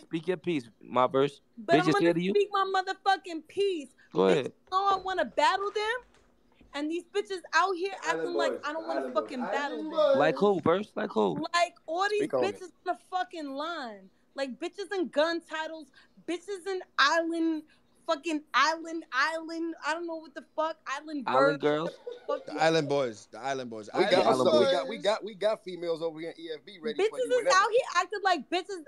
Speak your piece, my verse. But Bitches I'm here gonna to you? speak my motherfucking piece. Go Bitches ahead. don't want to battle them, and these bitches out here acting Island like boys, I don't want to island fucking boys, battle island them. boys. Like who, verse? Like who? Like all these Speak on it. bitches on the fucking line, like bitches in gun titles, bitches in island, fucking island, island. I don't know what the fuck island. Island birds, girls. what the The fuck Island Boys. The Island Boys. We We got got, Island we Boys. got we got we got females over here in EFB ready for you. bitches is whenever. out here acting like bitches.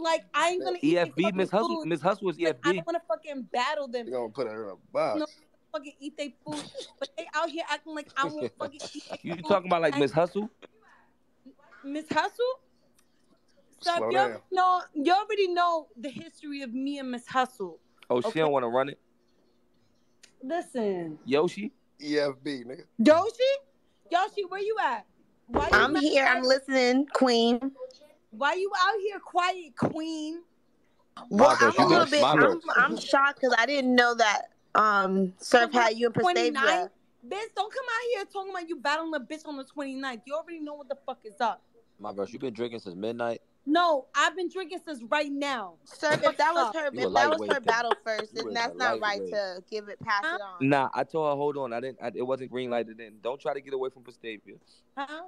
Like I ain't gonna eat their EFB, E Miss fucking Hustle, food. Miss E Hustle was Like, I EFB. don't want to fucking battle them. They gonna put her in a box. No. fucking eat their food, but they out here acting like I won't fucking eat. they You food. talking about like And Miss Hustle? Miss Hustle? So Slow if you down. already know you already know the history of me and Miss Hustle. Oh, she Okay. don't want to run it. Listen, Yoshi, EFB, E nigga. Yoshi, Yoshi, where you at? Why you I'm not- here. I'm listening, Queen. Why you out here, quiet queen? Well, verse, I'm a you little verse, bit. my I'm, verse. I'm shocked because I didn't know that. Um, Surf had you in 29? Prestavia. Bitch, don't come out here talking about you battling a bitch on the 29th. You already know what the fuck is up. My verse, you've been drinking since midnight. No, I've been drinking since right now. Surf, if that was her, You a if that was her lightweight. battle You first, then is that's a not right lightweight. to give it, pass it on. nah. I told her hold on. I didn't. I, it wasn't green lighted then. Don't try to get away from Prestavia. Huh?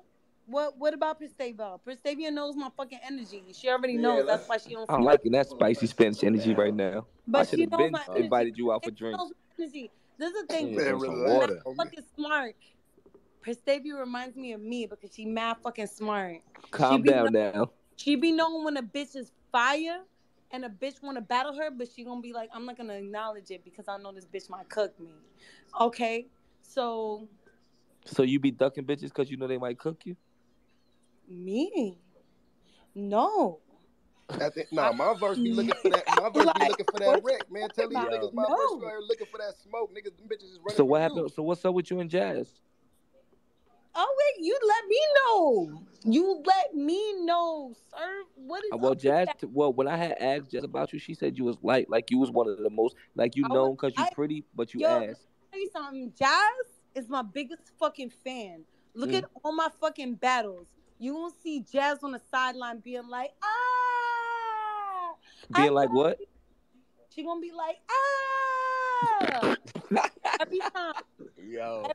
What What about Prestavia? Prestavia knows my fucking energy. She already Yeah, knows. That's that's- why she don't. I'm smoke. liking that spicy Spanish energy right now. I but should she have knows been my energy. invited you out for She drinks. knows my energy. This is the Yeah, thing. drink Man, some relax. water. She's Fucking smart. Prestavia reminds me of me because she mad fucking smart. Calm She be down now. She be knowing when a bitch is fire and a bitch want to battle her, but she gonna be like, I'm not gonna acknowledge it because I know this bitch might cook me. Okay, so So you be ducking bitches because you know they might cook you. me, no. That thing- Nah, my verse be looking for that. My verse be Like, looking for what that wreck, man. Tell these about? niggas my No. verse be out here looking for that smoke, niggas. Them bitches is running. So what from you. happened? So what's up with you and Jazz? Oh wait, you let me know. You let me know, sir. What is Uh, Well, up with Jazz. that? t- Well, when I had asked Jazz about you, she said you was light, like you was one of the most, like you I known was because you light. pretty, but you Yo, ass. Tell you something. Jazz is my biggest fucking fan. Look Mm. at all my fucking battles. You won't see Jazz on the sideline being like, ah. Being I like love what? you. She gonna be like, ah. Every time. Yo,